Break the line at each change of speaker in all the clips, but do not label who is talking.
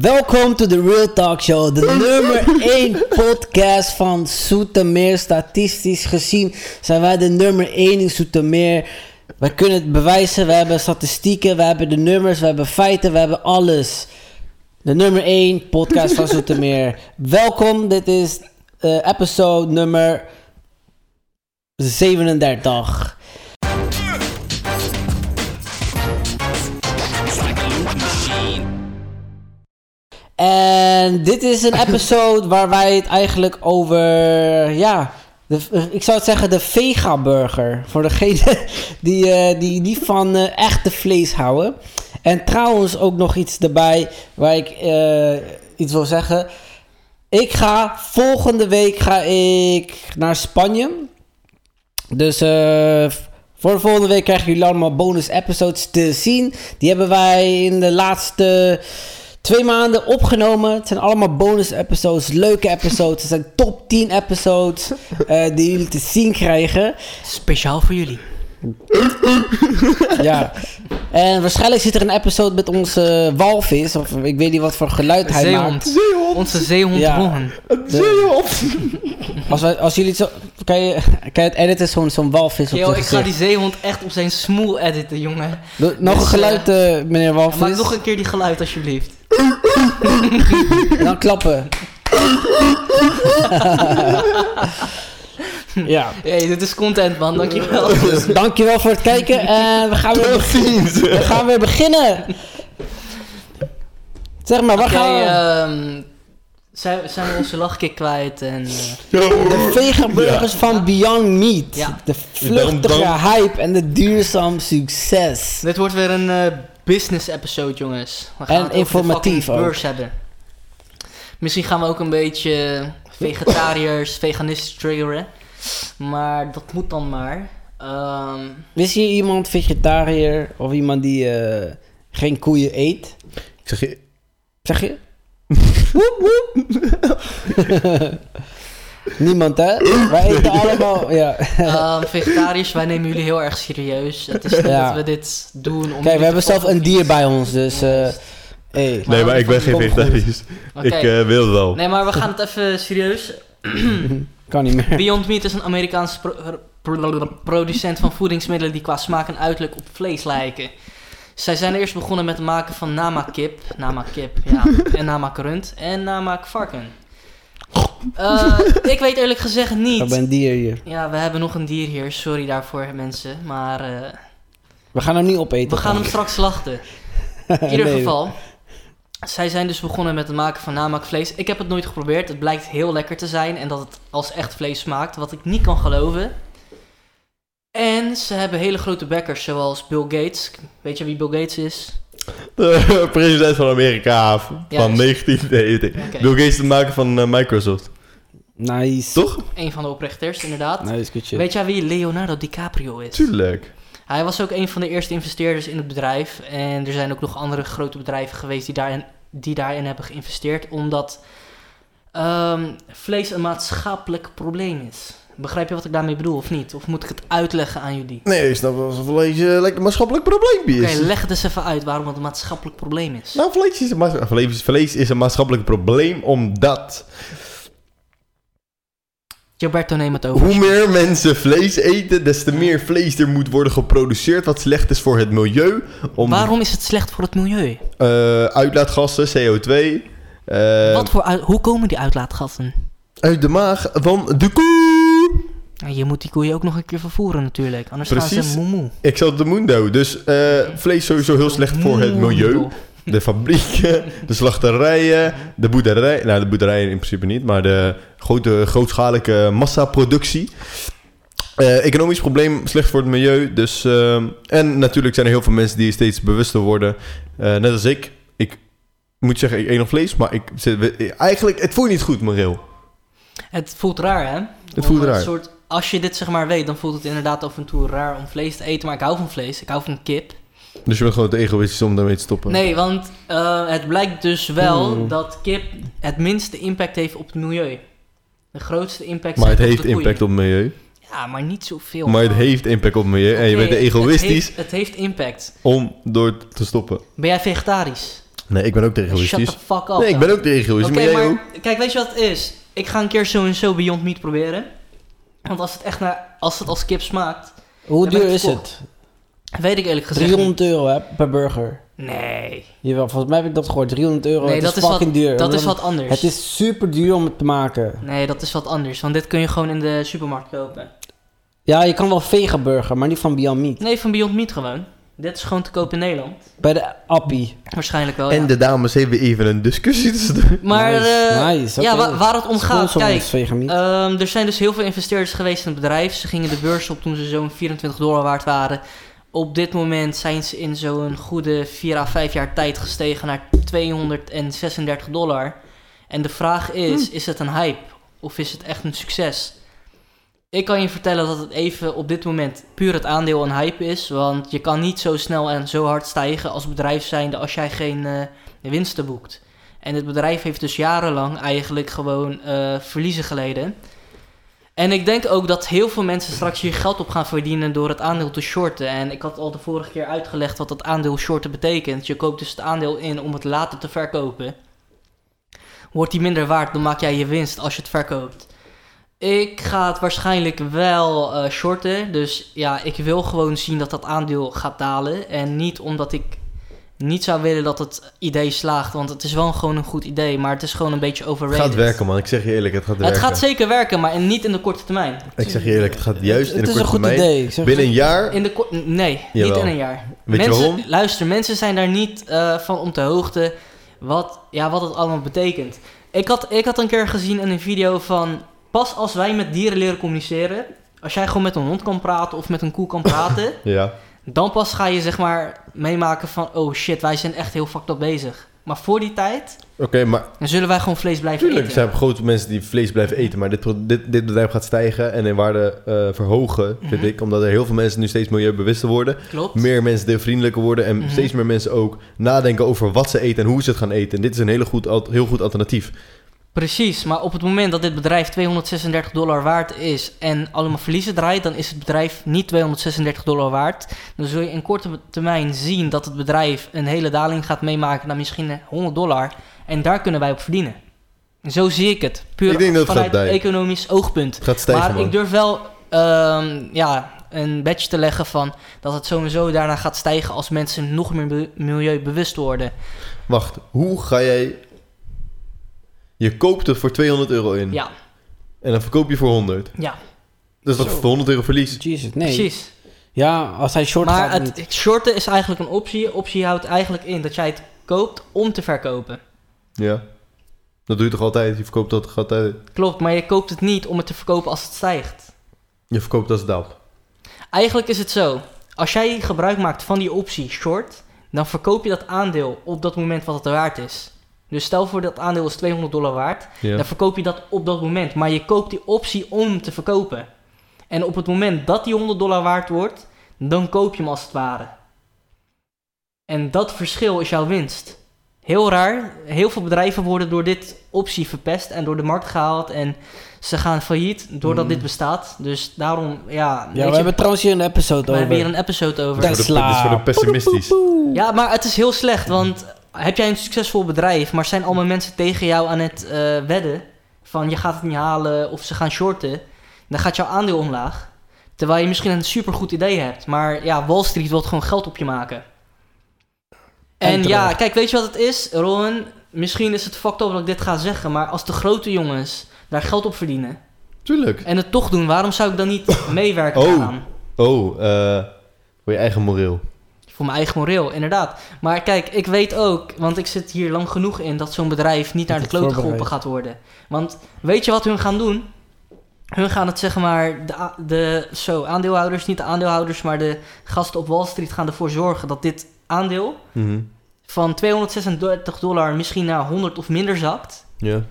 Welkom to the Real Talk Show, de nummer 1 podcast van Soetermeer. Statistisch gezien zijn wij de nummer 1 in Soetermeer. Wij kunnen het bewijzen, we hebben statistieken, we hebben de nummers, we hebben feiten, we hebben alles. De nummer 1 podcast van Soetermeer. Welkom, dit is eh, episode nummer 37. En dit is een episode waar wij het eigenlijk over. Ja, de- ik zou het zeggen de vega-burger. Voor degenen die, eh, die niet van eh, echte vlees houden. En trouwens ook nog iets erbij waar ik eh, iets wil zeggen. Ik ga volgende week ga ik naar Spanje. Dus eh, voor de volgende week krijgen jullie allemaal bonus episodes te zien. Die hebben wij in de laatste twee maanden opgenomen. Het zijn allemaal bonus episodes, leuke episodes. Het zijn top 10 episodes eh, die jullie te zien krijgen.
Speciaal voor jullie.
Ja. En waarschijnlijk zit er een episode met onze walvis. Of ik weet niet wat voor geluid hij maakt.
Zeehond. Onze zeehond
Ja.
Rohan.
Als, wij, als jullie het zo... Kan je, kan je het editen, zo'n zo'n walvis op
Yo,
zijn
ik ga
gezicht?
die zeehond echt op zijn smoel editen, jongen.
Doe- Nog een
Dus,
geluid, eh, meneer walvis.
Maak nog een keer die geluid, alsjeblieft.
Dan klappen. ja.
hey, dit is content, man. Dankjewel. Oké,
Dus dankjewel voor het kijken en we gaan weer, beg- we gaan weer beginnen. Zeg maar, waar gaan we?
ehm, zijn, zijn we onze lachkick kwijt en... eh,
De vegaburgers van Beyond Meat.
Ja.
De vluchtige
Daarom-
hype en de duurzaam succes.
dit wordt weer een eh, business episode, jongens. We
En
het over de
informatief
fucking
ook.
beurs hebben. Misschien gaan we ook een beetje vegetariërs, veganisten triggeren. Maar dat moet dan maar. Ehm,
Wist je iemand vegetariër of iemand die eh, geen koeien eet?
Ik zeg je,
Zeg je? Woep, woep. Niemand, hè? Wij eten allemaal... Ja.
Ehm, vegetariërs, wij nemen jullie heel erg serieus. Het is niet
Ja.
dat we dit doen om...
Kijk,
jullie
we hebben
te
zelf een
fokken.
dier bij ons, dus... eh hey.
nee,
Nou,
maar ik ben geen
Kom, goed.
vegetarisch.
Oké.
Ik eh, wil het wel.
Nee, maar we gaan het even serieus.
Kan niet meer.
Beyond Meat is een Amerikaanse pro- eh, pro- producent van voedingsmiddelen die qua smaak en uiterlijk op vlees lijken. Zij zijn eerst begonnen met het maken van namakip, namakip, ja, en namakrund en namakvarken. Eh ik weet eerlijk gezegd
Ik ben
niet.
een dier hier.
Ja, we hebben nog een dier hier, sorry daarvoor mensen, maar eh,
We gaan hem niet opeten.
we gaan hem straks slachten. In ieder
Nee.
geval, zij zijn dus begonnen met het maken van namaakvlees. Ik heb het nooit geprobeerd. Het blijkt heel lekker te zijn en dat het als echt vlees smaakt, wat ik niet kan geloven. En ze hebben hele grote bekkers, zoals Bill Gates. Weet je wie Bill Gates is?
De president van Amerika
Ja,
van
dus-
1990.
Oké.
Bill Gates te maken van eh, Microsoft.
Nice.
Toch?
Een van de oprichters, inderdaad.
Nice, good shit.
Weet jij wie Leonardo DiCaprio is?
Tuurlijk.
Hij was ook een van de eerste investeerders in het bedrijf. En er zijn ook nog andere grote bedrijven geweest die daarin, die daarin hebben geïnvesteerd. Omdat ehm, vlees een maatschappelijk probleem is. Begrijp je wat ik daarmee bedoel of niet? Of moet ik het uitleggen aan jullie?
Nee, ik snap wel dat vlees eh, lekker maatschappelijk probleempje
Oké,
is.
leg het eens even uit waarom het een maatschappelijk probleem is.
nou, vlees is, een maatsch- vlees, vlees is een maatschappelijk probleem omdat
Gilberto, neem het over.
hoe meer mensen vlees eten, des te meer vlees er moet worden geproduceerd, wat slecht is voor het milieu. Om,
Waarom is het slecht voor het milieu?
eh, uitlaatgassen, CO2. eh,
wat voor uit- hoe komen die uitlaatgassen?
Uit de maag van de koe.
Nou, Je moet die koeien ook nog een keer vervoeren natuurlijk. Anders gaan
Precies.
ze moemoe.
Ik zat op de Mundo, dus eh, vlees sowieso heel slecht voor het milieu. De fabrieken, de slachterijen, de boerderijen. Nou, de boerderijen in principe niet, maar de grote, grootschalige massaproductie. Eh, economisch probleem, slecht voor het milieu. Dus, ehm, en natuurlijk zijn er heel veel mensen die steeds bewuster worden. Eh, net als ik. Ik moet zeggen, ik eet nog vlees, maar ik zit, eigenlijk, het voelt niet goed, moreel.
Het voelt raar, hè?
Het voelt
Om
raar.
soort, als je dit zeg maar weet, dan voelt het inderdaad af en toe raar om vlees te eten. Maar ik hou van vlees. Ik hou van kip.
Dus je bent gewoon te egoïstisch om daarmee te stoppen.
Nee, want eh, het blijkt dus wel
Mm.
dat kip het minste impact heeft op het milieu. De grootste impact
maar
zijn
het
toch
heeft
de koeien.
impact op het milieu.
Ja, maar niet zoveel.
Maar het heeft impact op het milieu. En je
Oké,
bent te
het
egoïstisch
heeft- Het heeft, impact.
om door te stoppen.
Ben jij vegetarisch?
Nee, ik ben ook tegen
Shut the
egoïstisch.
fuck up.
Nee, ik
dan.
ben ook tegen
Oké,
egoïstisch. Maar jij ook?
maar kijk, weet je wat het is? Ik ga een keer zo en zo Beyond Meat proberen. Want als het echt naar, als het als kip smaakt,
Hoe
Ja, ben
duur
ik
is
verkocht.
het?
weet ik eerlijk gezegd.
300 euro hè, per burger.
niet. Nee.
Jawel, volgens mij heb ik dat gehoord. 300 euro,
Nee,
Oh, het
dat
is
is, wat,
fucking duur.
dat is
Omdat
wat anders.
Het is super duur om het te maken.
Nee, dat is wat anders. Want dit kun je gewoon in de supermarkt kopen.
Ja, je kan wel vegan burger, maar niet van Beyond Meat.
Nee, van Beyond Meat gewoon. Dit is gewoon te koop in Nederland.
Bij de Appie.
Waarschijnlijk wel,
En
Oh, ja.
de dames hebben even een discussie dus tussendoor.
Maar
Nice,
eh,
nice,
ja,
oké.
wa- waar het om gaat,
Sponsor
kijk,
ons, vegan meat.
Ehm, er zijn dus heel veel investeerders geweest in het bedrijf. Ze gingen de beurs op toen ze zo'n 24 dollar waard waren. Op dit moment zijn ze in zo'n goede 4 à 5 jaar tijd gestegen naar 236 dollar. En de vraag is, is het een hype of is het echt een succes? Ik kan je vertellen dat het even op dit moment puur het aandeel een hype is. Want je kan niet zo snel en zo hard stijgen als bedrijf zijnde als jij geen eh, winsten boekt. En het bedrijf heeft dus jarenlang eigenlijk gewoon eh, verliezen geleden. En ik denk ook dat heel veel mensen straks hier geld op gaan verdienen door het aandeel te shorten. En ik had al de vorige keer uitgelegd wat dat aandeel shorten betekent. Je koopt dus het aandeel in om het later te verkopen. Wordt die minder waard, dan maak jij je winst als je het verkoopt. Ik ga het waarschijnlijk wel eh, shorten. Dus ja, ik wil gewoon zien dat dat aandeel gaat dalen. En niet omdat ik niet zou willen dat het idee slaagt. Want het is wel gewoon een goed idee, maar het is gewoon een beetje
Het
overrated.
gaat werken, man. Ik zeg je eerlijk, het gaat
Het
werken.
gaat zeker werken, maar in- niet in de korte termijn.
Ik zeg je eerlijk, het gaat juist in
het
de
is een
korte
goed
termijn.
idee. Ik zeg-
Binnen een jaar.
In de ko- nee,
Jawel.
niet in een jaar.
Weet je
mensen,
waarom?
Luister, mensen zijn daar niet eh, van om de hoogte wat, ja, wat het allemaal betekent. Ik had, ik had een keer gezien in een video van... Pas als wij met dieren leren communiceren... Als jij gewoon met een hond kan praten of met een koe kan praten...
Ja.
dan pas ga je zeg maar meemaken van... Oh shit, wij zijn echt heel fucked up bezig. Maar voor die tijd...
Oké, maar
Dan zullen wij gewoon vlees blijven
Tuurlijk, er
eten.
zijn grote mensen die vlees blijven eten. Maar dit, pro- dit, dit bedrijf gaat stijgen en in waarde eh, verhogen, vind
Mhm.
ik. Omdat er heel veel mensen nu steeds milieubewuster worden.
Klopt.
Meer mensen diervriendelijker worden. En
Mhm.
steeds meer mensen ook nadenken over wat ze eten en hoe ze het gaan eten. En dit is een hele goed, al- heel goed alternatief.
Precies, maar op het moment dat dit bedrijf 236 dollar waard is en allemaal verliezen draait, dan is het bedrijf niet 236 dollar waard. Dan zul je in korte termijn zien dat het bedrijf een hele daling gaat meemaken naar misschien 100 dollar. En daar kunnen wij op verdienen. Zo zie ik het. Puur
Ik denk dat het
vanuit
gaat dijken.
economisch oogpunt.
Het gaat stijgen,
maar
man.
ik durf wel ehm, ja, een badge te leggen van dat het sowieso daarna gaat stijgen als mensen nog meer be- milieubewust worden.
Wacht, hoe ga jij... Je koopt het voor 200 euro in.
Ja,
En dan verkoop je voor 100.
ja
Dus dat is
Zo.
voor 100 euro verlies.
Jezus, nee.
precies.
Ja, als hij short
Maar
gaat
het
niet.
shorten is eigenlijk een optie. Optie houdt eigenlijk in dat jij het koopt om te verkopen.
Ja. Dat doe je toch altijd? Je verkoopt dat toch altijd?
Klopt, maar je koopt het niet om het te verkopen als het stijgt.
Je verkoopt als het daalt.
Eigenlijk is het zo. Als jij gebruik maakt van die optie short, dan verkoop je dat aandeel op dat moment wat het waard is. Dus stel voor dat aandeel is 200 dollar waard,
Ja.
dan verkoop je dat op dat moment. Maar je koopt die optie om te verkopen. En op het moment dat die 100 dollar waard wordt, dan koop je hem als het ware. En dat verschil is jouw winst. Heel raar. Heel veel bedrijven worden door dit optie verpest en door de markt gehaald. En ze gaan failliet doordat
Mm.
dit bestaat. Dus daarom, ja. weet
Ja, we
je,
hebben trouwens hier een episode
we hebben hier
over.
een episode over.
Daar-
Dit is voor de- dit is voor de pessimistisch.
Ja, maar het is heel slecht, want heb jij een succesvol bedrijf, maar zijn allemaal mensen tegen jou aan het eh, wedden van je gaat het niet halen of ze gaan shorten, dan gaat jouw aandeel omlaag. Terwijl je misschien een supergoed idee hebt, maar ja, Wall Street wil gewoon geld op je maken. En,
En terecht.
ja, kijk, weet je wat het is, Rowan? Misschien is het fucked up dat ik dit ga zeggen, maar als de grote jongens daar geld op verdienen
Tuurlijk.
en het toch doen, waarom zou ik dan niet meewerken
Oh.
daaraan?
Oh, eh voor je eigen moreel.
Voor mijn eigen moreel, inderdaad. Maar kijk, ik weet ook, want ik zit hier lang genoeg in, dat zo'n bedrijf niet naar de
het
klote
voorbereid.
geholpen gaat worden. Want weet je wat hun gaan doen? Hun gaan het zeg maar, de, a- de zo, aandeelhouders, niet de aandeelhouders, maar de gasten op Wall Street gaan ervoor zorgen dat dit aandeel van 236 dollar misschien naar 100 of minder zakt.
Ja.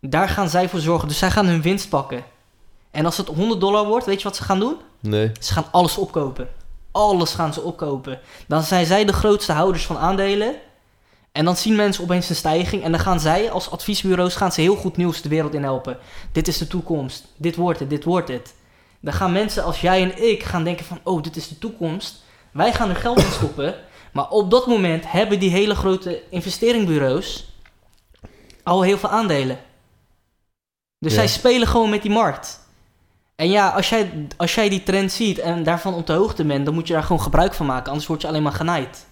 Daar gaan zij voor zorgen. Dus zij gaan hun winst pakken. En als het 100 dollar wordt, weet je wat ze gaan doen?
Nee.
Ze gaan alles opkopen. Alles gaan ze opkopen. Dan zijn zij de grootste houders van aandelen. En dan zien mensen opeens een stijging. En dan gaan zij als adviesbureaus gaan ze heel goed nieuws de wereld in helpen. Dit is de toekomst. Dit wordt het. Dit wordt het. Dan gaan mensen als jij en ik gaan denken van... Oh, dit is de toekomst. Wij gaan er geld in stoppen. Maar op dat moment hebben die hele grote investeringsbureaus al heel veel aandelen. Dus
Ja.
zij spelen gewoon met die markt. En ja, als jij, als jij die trend ziet en daarvan op de hoogte bent, dan moet je daar gewoon gebruik van maken. Anders word je alleen maar genaaid.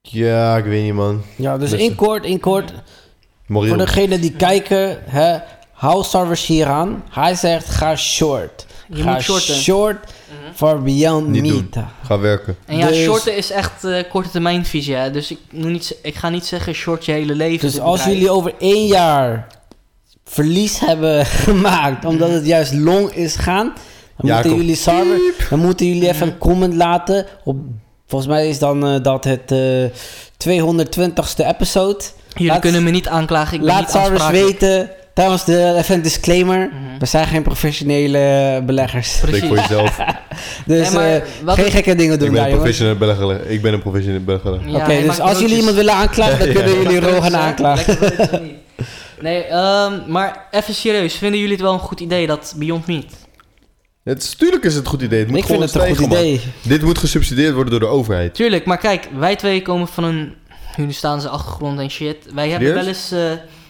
Ja, ik weet niet, man.
Ja, dus
Dus-
in kort, in kort,
Moreel.
voor degenen die kijken, hè, hou Sarvers hier aan. Hij zegt, ga short.
Je
ga
moet shorten. Mhm.
short voor Beyond
Niet
Meat.
Ga werken.
En ja,
Dus-
shorten is echt eh, korte termijn visie. Hè? Dus ik, moet niet, z- ik ga niet zeggen short je hele leven.
Dus
dit
als
bedrijf.
jullie over één jaar verlies hebben gemaakt, omdat het juist long is gaan, dan
Jacob.
moeten jullie Sarver, dan moeten jullie even
Mhm.
een comment laten. Op, volgens mij is dan eh, dat het eh 220ste episode.
Jullie
Laat-
kunnen me niet aanklagen. Ik ben
Laat
niet
Sarvers
aansprakelijk.
weten. Trouwens, de, even een disclaimer.
Mhm.
We zijn geen professionele beleggers.
Spreek voor
Precies.
jezelf.
Dus
Nee, maar
eh,
wat-
geen gekke dingen
ik
doen
ben een
daar, jongens.
professionele belegger. Ik ben een professionele belegger.
Ja,
Oké,
hij
dus
maakt
als jullie
broodjes.
iemand willen aanklagen, dan
Ja,
kunnen
ja.
jullie Rogan
Lekker
aanklagen.
broodjes of niet? Nee, ehm, maar even serieus. Vinden jullie het wel een goed idee dat Beyond Meat?
Het is, tuurlijk is het een goed idee. Het moet
Ik vind
gewoon
het een goed
stijgen, man.
idee.
Dit moet gesubsidieerd worden door de overheid.
Tuurlijk, maar kijk, wij twee komen van een Hindustaanse achtergrond en shit. Wij hebben wel eens... eh,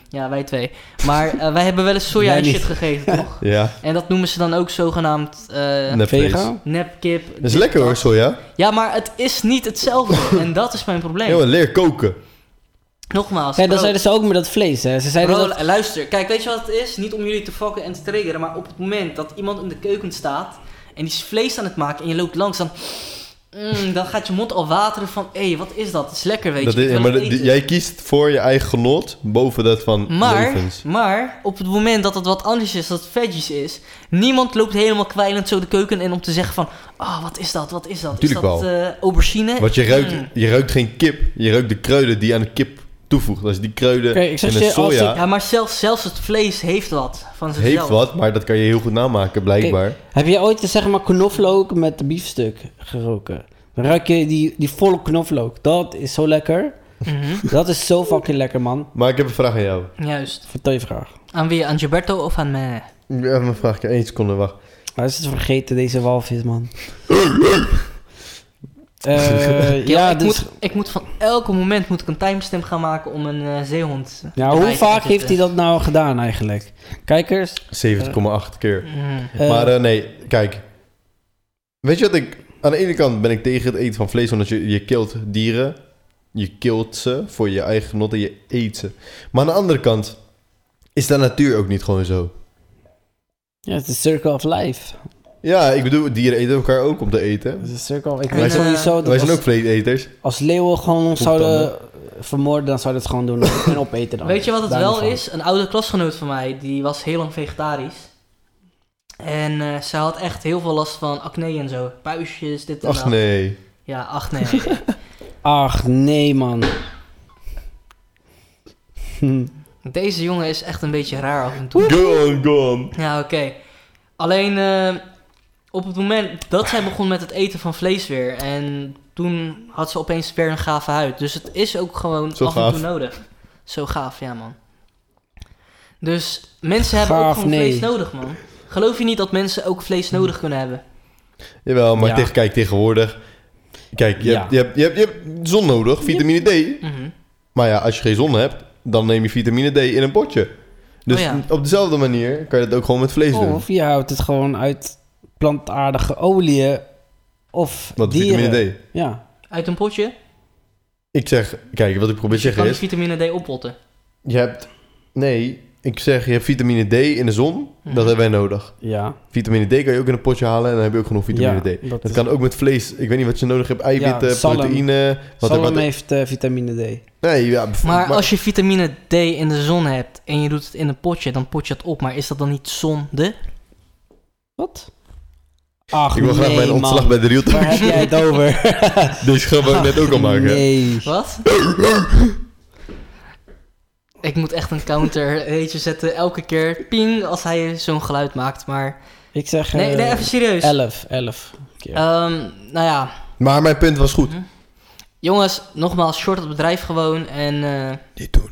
ja, wij twee. Maar eh, wij hebben wel eens soja
Jij
en
niet.
shit gegeten, toch?
Ja,
En dat noemen ze dan ook zogenaamd eh
nepvlees.
Vega?
nepkip.
Dat is lekker hoor, soja.
Ja, maar het is niet hetzelfde. en dat is mijn probleem.
Jongen, leer koken.
Nogmaals.
Kijk, dat
bro-
zeiden ze ook met dat vlees, hè. Ze zeiden
Bro, eh,
dat...
luister, kijk, weet je wat het is? Niet om jullie te fokken en te triggeren, maar op het moment dat iemand in de keuken staat en die is vlees aan het maken en je loopt langs, dan, Mm, dan gaat je mond al wateren van, hé, wat is dat? Het is lekker, weet
Dat
je. ik
is,
wil
maar
het
dat-
eten."
jij kiest voor je eigen genot boven dat van
maar,
levens.
maar op het moment dat het wat anders is, dat het veggies is, niemand loopt helemaal kwijlend zo de keuken in om te zeggen van, ah, wat is dat? Wat is dat?
Tuurlijk
is dat eh, aubergine?
Want je
Mm.
ruikt, je ruikt geen kip. Je ruikt de kruiden die je aan de kip toevoegt. Als je die kruiden
Kijk, ik zeg
en het
je, als
soja
Ja, maar zelfs, zelfs het vlees heeft wat van zichzelf.
heeft wat, maar dat kan je heel goed namaken blijkbaar.
Heb je ooit, zeg maar, knoflook met biefstuk geroken? Dan ruik je die, die volle knoflook. Dat is zo lekker.
Mhm,
Dat is zo fucking lekker, man.
Maar ik heb een vraag aan jou.
Juist.
Vertel je vraag.
Aan wie? Aan Gilberto of aan eh, mij?
Even een vraagje, één seconde, wacht.
Hij is het vergeten, deze walvis, man. Eh,
Ja,
ja,
ik,
dus...
moet, ik moet van elke moment moet ik een timestamp gaan maken om een eh, zeehond. eh,
Ja,
erbij
hoe
te
vaak
zetten.
heeft hij dat nou gedaan, eigenlijk? Kijkers?
7,8 keer.
Mhm.
eh,
maar eh, nee, kijk. Weet je wat ik... Aan de ene kant ben ik tegen het eten van vlees, omdat je, je kilt dieren. Je kilt ze voor je eigen genot en je eet ze. Maar aan de andere kant is de natuur ook niet gewoon zo.
Ja, het is Circle of Life.
Ja, ik bedoel, dieren eten elkaar ook om te eten.
Dus Het is circle of... Ik
En,
weet
eh,
sowieso
Wij
dat
zijn ook
als,
vleeseters.
als leeuwen gewoon ons
Hoe
zouden vermoorden, dan zouden we het gewoon doen en opeten dan.
Weet je wat het
Daarom
wel
van.
is? Een oude klasgenoot van mij, die was heel lang vegetarisch. En eh, ze had echt heel veel last van acne en zo. Puistjes, dit en
Ach
dat.
nee.
Ja, acne.
Ach, nee, man. Hm.
Deze jongen is echt een beetje raar af en toe.
Go on, go on.
Ja, oké. Alleen eh, op het moment dat zij begon met het eten van vlees weer. En toen had ze opeens weer een gave huid. Dus het is ook gewoon
Zo
af en toe
gaaf.
nodig. Zo gaaf, ja man. Dus mensen hebben ook
Gaaf,
gewoon
nee.
vlees nodig, man. Geloof je niet dat mensen ook vlees nodig kunnen hebben?
Jawel, maar
Ja.
tegen, kijk, tegenwoordig... Kijk, je,
Ja.
hebt, je, hebt, je, hebt, je hebt zon nodig, vitamine D.
Mhm.
Maar ja, als je geen zon hebt, dan neem je vitamine D in een potje. Dus
Oh ja.
op dezelfde manier kan je dat ook gewoon met vlees doen.
Oh, Of je houdt het gewoon uit plantaardige olieën of
Wat
dieren.
vitamine D.
Ja.
Uit een potje?
Ik zeg, kijk, wat ik probeer
Dus
te
je kan
zeggen
die
is...
vitamine D oppotten.
Je hebt... Nee, ik zeg, je hebt vitamine D in de zon.
Mhm.
Dat hebben wij nodig.
Ja.
Vitamine D kan je ook in een potje halen en dan heb je ook genoeg vitamine
Ja,
D.
dat
Dat,
is-
kan ook met vlees. Ik weet niet wat je nodig hebt. Eiwitten,
zalm.
proteïne... Wat,
Salm
wat,
heeft eh, vitamine D.
nee, ja, bev-
Maar, als je vitamine D in de zon hebt en je doet het in een potje, dan pot je het op. Maar is dat dan niet zonde?
Wat? Ach,
Ik wil graag
nee,
mijn ontslag
man.
bij de Real Talk. Dus
Waar heb jij het over?
Deze grap wou ik net ook al maken.
Nee.
Wat? Ik moet echt een counter heetje zetten elke keer. Ping als hij zo'n geluid maakt. Maar.
Ik zeg...
Nee, nee
eh,
even serieus.
11, 11 keer.
Ehm, nou ja,
Maar mijn punt was goed.
jongens, nogmaals, short het bedrijf gewoon. En. eh,
Niet doen.
doe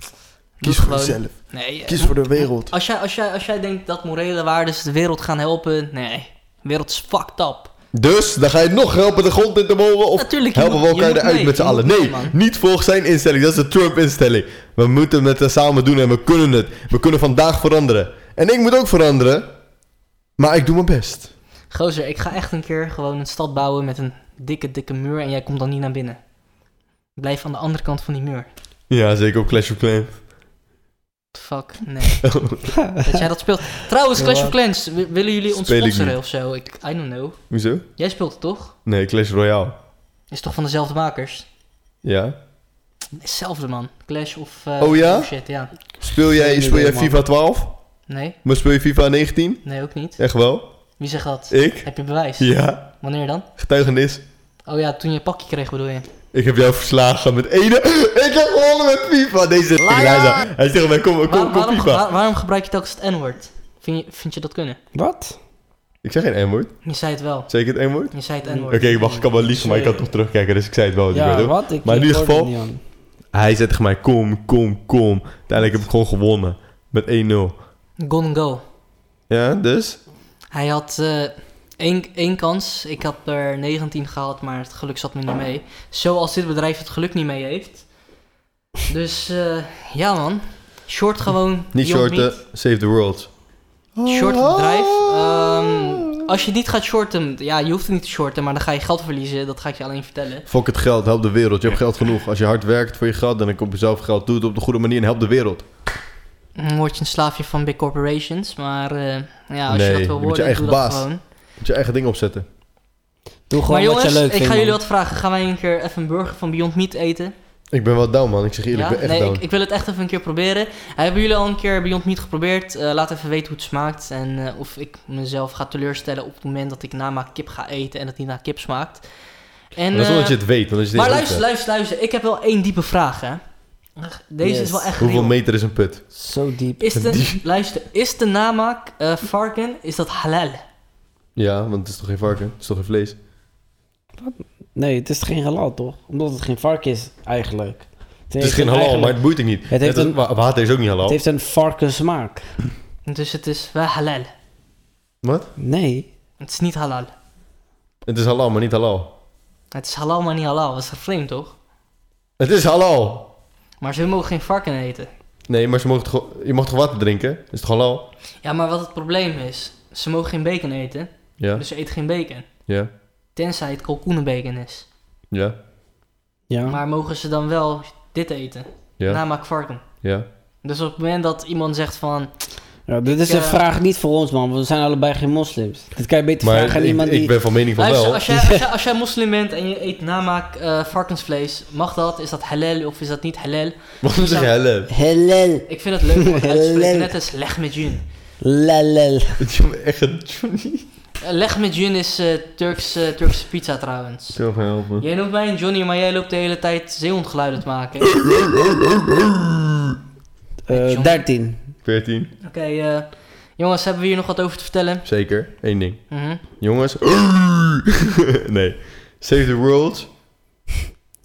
het
Kies voor
gewoon.
jezelf.
Nee, eh,
Kies voor de wereld.
als, jij, als, jij, als jij denkt dat morele waarden de wereld gaan helpen. Nee, de wereld is fucked up.
Dus dan ga je nog helpen de grond in te mogen of
Natuurlijk, je
helpen we
moet- je
elkaar
moet
eruit
mee,
met z'n
je
allen.
moet mee,
Nee,
man.
niet volgens zijn instelling. Dat is de Trump-instelling. We moeten het eh, samen doen en we kunnen het. We kunnen vandaag veranderen. En ik moet ook veranderen. Maar ik doe mijn best.
Gozer, ik ga echt een keer gewoon een stad bouwen met een dikke, dikke muur en jij komt dan niet naar binnen. Blijf aan de andere kant van die muur.
Ja, zeker op Clash of Clans.
Fuck, nee. dat jij dat speelt. Trouwens, Clash of Clans, wi- willen jullie ons
Speel ik
sponsoren
niet.
of zo? Ik, I don't know.
Hoezo?
Jij speelt het toch?
Nee, Clash Royale.
Is toch van dezelfde makers?
Ja.
Hetzelfde man. Clash of... eh,
Oh ja?
shit, ja.
Speel jij,
Geen
speel jij
idee, man.
FIFA 12?
Nee,
Maar speel je FIFA 19?
nee ook niet.
Echt wel?
Wie zegt dat?
Ik?
Heb je bewijs?
Ja.
Wanneer dan?
Getuigenis.
Oh ja, toen je een pakje kreeg bedoel je.
Ik heb jou verslagen met ene. Ik heb gewonnen met FIFA. Deze. Hij zegt- Hij zegt mij, kom,
Waar-
kom, kom
waarom,
FIFA.
waar- waarom gebruik je telkens het N-woord? Vind je, vind je dat kunnen?
Wat?
Ik zeg geen N-woord.
Je zei het wel.
Zeg ik het N-woord?
Je zei het N-woord.
Oké, ik mag, ik kan wel liegen, maar ik kan toch terugkijken, dus ik zei het wel. dus ik weet
Ja,
ook.
wat? Ik
Maar in
ik
ieder
hoorde
geval-
het niet, man.
Hij zei tegen mij, kom, kom, kom. Uiteindelijk heb ik gewoon gewonnen. Met 1-0.
Gone go.
Ja, dus?
Hij had eh, één, één kans. Ik had er 19 gehaald, maar het geluk zat me niet mee. Zoals dit bedrijf het geluk niet mee heeft. Dus eh, ja man. Short gewoon.
Niet
Beyond
shorten,
Meat.
save the world.
Short het bedrijf. Ehm, als je niet gaat shorten, ja je hoeft het niet te shorten, maar dan ga je geld verliezen. Dat ga ik je alleen vertellen.
Fok het geld, help de wereld. Je hebt geld genoeg. Als je hard werkt voor je geld, dan kom je zelf geld. Doe het op de goede manier en help de wereld.
Dan word je een slaafje van big corporations. Maar eh, ja, als
Nee,
je dat
je
wil
moet je
worden,
eigen
doe dat
baas.
gewoon.
Moet je eigen ding opzetten.
Doe gewoon
Maar jongens,
wat je leuk
ik
vindt.
ga jullie
man.
wat vragen. Gaan wij een keer even een burger van Beyond Meat eten?
Ik ben wel down, man. Ik zeg je eerlijk,
ja?
ik ben echt
nee,
down.
Ik, ik wil het echt even een keer proberen. Hebben jullie al een keer Beyond Meat geprobeerd? Eh, laat even weten hoe het smaakt. En eh, of ik mezelf ga teleurstellen op het moment dat ik Nama kip ga eten en het niet naar kip smaakt. En,
Maar dat is omdat
eh,
je het weet. want als je het
maar
niet
luister,
weet,
luister, luister. Ik heb wel één diepe vraag, hè. Ach, Deze
Yes.
is wel echt
Hoeveel
real.
meter is een put?
Zo diep.
Is de, luister, is de namaak eh, varken, is dat halal?
Ja, want het is toch geen varken? Het is toch geen vlees?
Nee, het is geen halal, toch? Omdat het geen vark is, eigenlijk.
Het is geen halal, maar het boeit ik niet.
heeft
Net als-
een-
wa- Water is ook niet
Het
halal.
heeft een varkensmaak.
Dus het is wel halal.
Wat?
Nee.
Het is niet halal.
Het is halal, maar niet halal.
Het is halal, maar niet halal. Dat is vreemd, toch?
Het is halal!
Maar ze mogen geen varken eten.
Nee, maar ze mogen toch, je mag toch water drinken? Is het halal?
Ja, maar wat het probleem is, ze mogen geen bacon eten,
Ja,
dus ze eten geen bacon.
ja,
Tenzij het kalkoenenbacon is.
ja,
Ja.
Maar mogen ze dan wel dit eten?
ja,
Namaak varken.
ja.
Dus op het moment dat iemand zegt van,
ja dit is
Ik,
een
eh,
vraag niet voor ons, man. want We zijn allebei geen moslims. Dit kan je beter
Maar
vragen aan
ik,
iemand die...
ik ben van mening van
luister,
wel.
als jij, als, jij, als jij moslim bent en je eet namaak eh, varkensvlees, mag dat? Is dat halal of is dat niet halal?
Waarom zeg jij halal?
Halal.
Ik vind het leuk om het uit te spreken,
Halal.
net als leg met jun.
Lalal.
Het is echt een Johnny.
Eh, Leg met jun is eh Turks, eh, Turkse pizza trouwens.
Zelf helpen.
Jij noemt mij een Johnny, maar jij loopt de hele tijd zeehondgeluiden te maken. Oké,
Eh,
John.
13.
14.
eh, jongens, hebben we hier nog wat over te vertellen?
Zeker, één ding.
Mhm.
Jongens. nee. Save the world.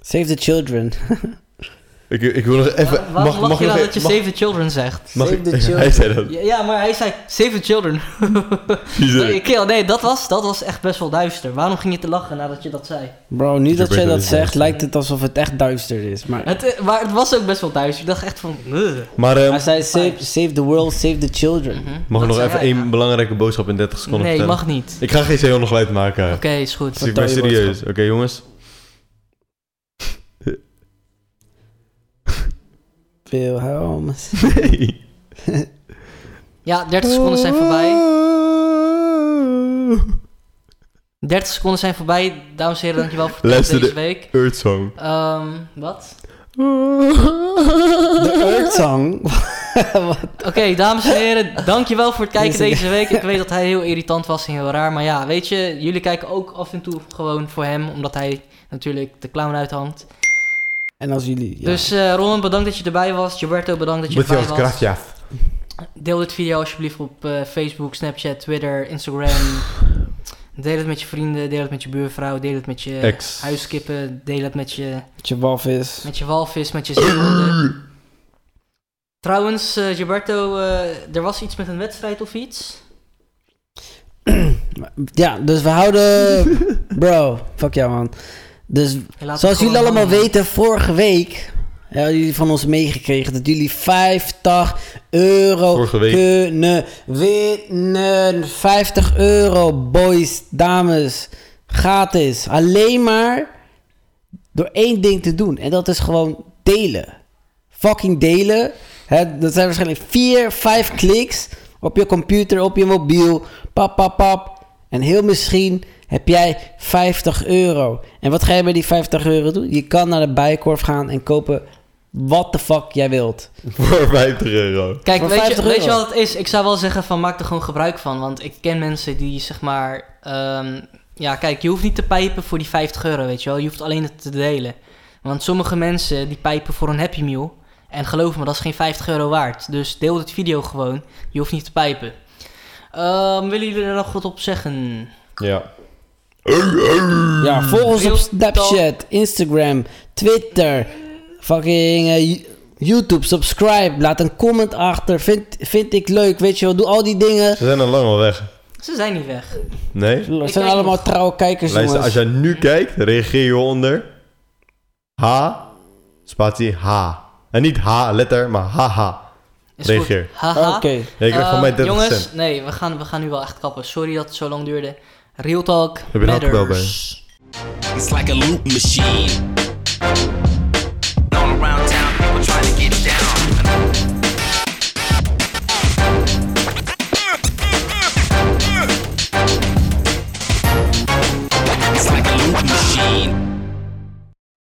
Save the children.
Ik, ik wil nog even.
Waarom
mag,
mag,
mag
je
ik
dan
nog
dat je
even- mag-
Save the Children zegt?
mag
Save
ik-
the children.
Hij zei dat.
Ja, ja, maar hij zei Save the Children.
Vieze.
Nee, kerel, nee, dat was, dat was echt best wel duister. Waarom ging je te lachen nadat je dat zei?
Bro, nu
Je
dat
bent
jij
er
dat
niet
zegt,
bij.
lijkt het alsof het echt duister is. Maar
Het, eh, maar het was ook best wel duister. Ik dacht echt van... "Ugh."
Maar ehm,
hij zei, save, save the world, save the children.
Mhm,
mag
dat
ik nog
zei
even
hij,
één belangrijke boodschap in 30
ja.
seconden
Nee,
vertellen?
mag niet.
Ik ga geen zeehonderd geluid maken.
Oké, is goed.
Dus ik ben
Vertel je
serieus. Oké, jongens.
Wilhelm.
Ja, 30 seconden zijn voorbij. 30 seconden zijn voorbij. Dames en heren, dankjewel voor het
Luister
kijken deze
de-
week.
Earth Song.
Ehm, wat?
The Earth Song.
Oké, dames en heren, dankjewel voor het kijken
Yes, ik-
deze week. Ik weet dat hij heel irritant was en heel raar. Maar ja, weet je, jullie kijken ook af en toe gewoon voor hem. Omdat hij natuurlijk de clown uithangt.
En als jullie... ja.
Dus eh Roland, bedankt dat je erbij was. Gilberto, bedankt dat je
Moet je
erbij
als
was.
krachtjaaf.
Deel dit video alsjeblieft op eh, Facebook, Snapchat, Twitter, Instagram. Deel het met je vrienden, deel het met je buurvrouw, deel het met je
Ex.
huiskippen, deel het met je,
Dat je waf is.
met je walvis, met je zeehonden. Trouwens, eh, Gilberto, eh, er was iets met een wedstrijd of iets.
Ja, dus we houden... Bro, fuck jou man. Dus
Hey, laat
zoals
het
jullie
gewoon
allemaal
hangen.
weten, vorige week hebben jullie van ons meegekregen dat jullie 50 euro
Vorige week.
kunnen winnen. 50 euro, boys, dames. Gratis. Alleen maar door één ding te doen. En dat is gewoon delen. Fucking delen. Hè, dat zijn waarschijnlijk vier, vijf kliks op je computer, op je mobiel. Pap, pap, pap. En heel misschien heb jij 50 euro. En wat ga je met die 50 euro doen? Je kan naar de Bijenkorf gaan en kopen wat de fuck jij wilt.
Voor 50 euro.
Kijk,
Voor
weet je,
50
weet je
euro.
wat het is? Ik zou wel zeggen van maak er gewoon gebruik van. Want ik ken mensen die zeg maar... ehm, ja, kijk, je hoeft niet te pijpen voor die 50 euro, weet je wel. Je hoeft alleen het te delen. Want sommige mensen die pijpen voor een Happy Meal. En geloof me, dat is geen 50 euro waard. Dus deel dit video gewoon. Je hoeft niet te pijpen. Ehm, willen jullie er nog wat op zeggen?
Ja.
Ja, volg ons op
Heel
Snapchat, Instagram, Twitter, fucking eh, Yo- YouTube, subscribe, laat een comment achter, vind, vind ik leuk, weet je wel, doe al die dingen.
Ze zijn al lang al weg.
Ze zijn niet weg.
Nee?
Er
Ik
zijn
kijk
allemaal
nog.
trouwe kijkers,
Luister, als
jongens.
jij nu kijkt, reageer je onder H, spatie H. En niet H, letter, maar haha.
Is goed.
Reageer.
Haha.
Oké.
Ja, je krijgt van mij
Eh,
30
jongens,
cent.
nee, we gaan, we gaan nu wel echt kappen. Sorry dat het zo lang duurde. Real talk
Heb je er ook wel bij?
matters.
It's like a loop machine. All around town, people trying to get down.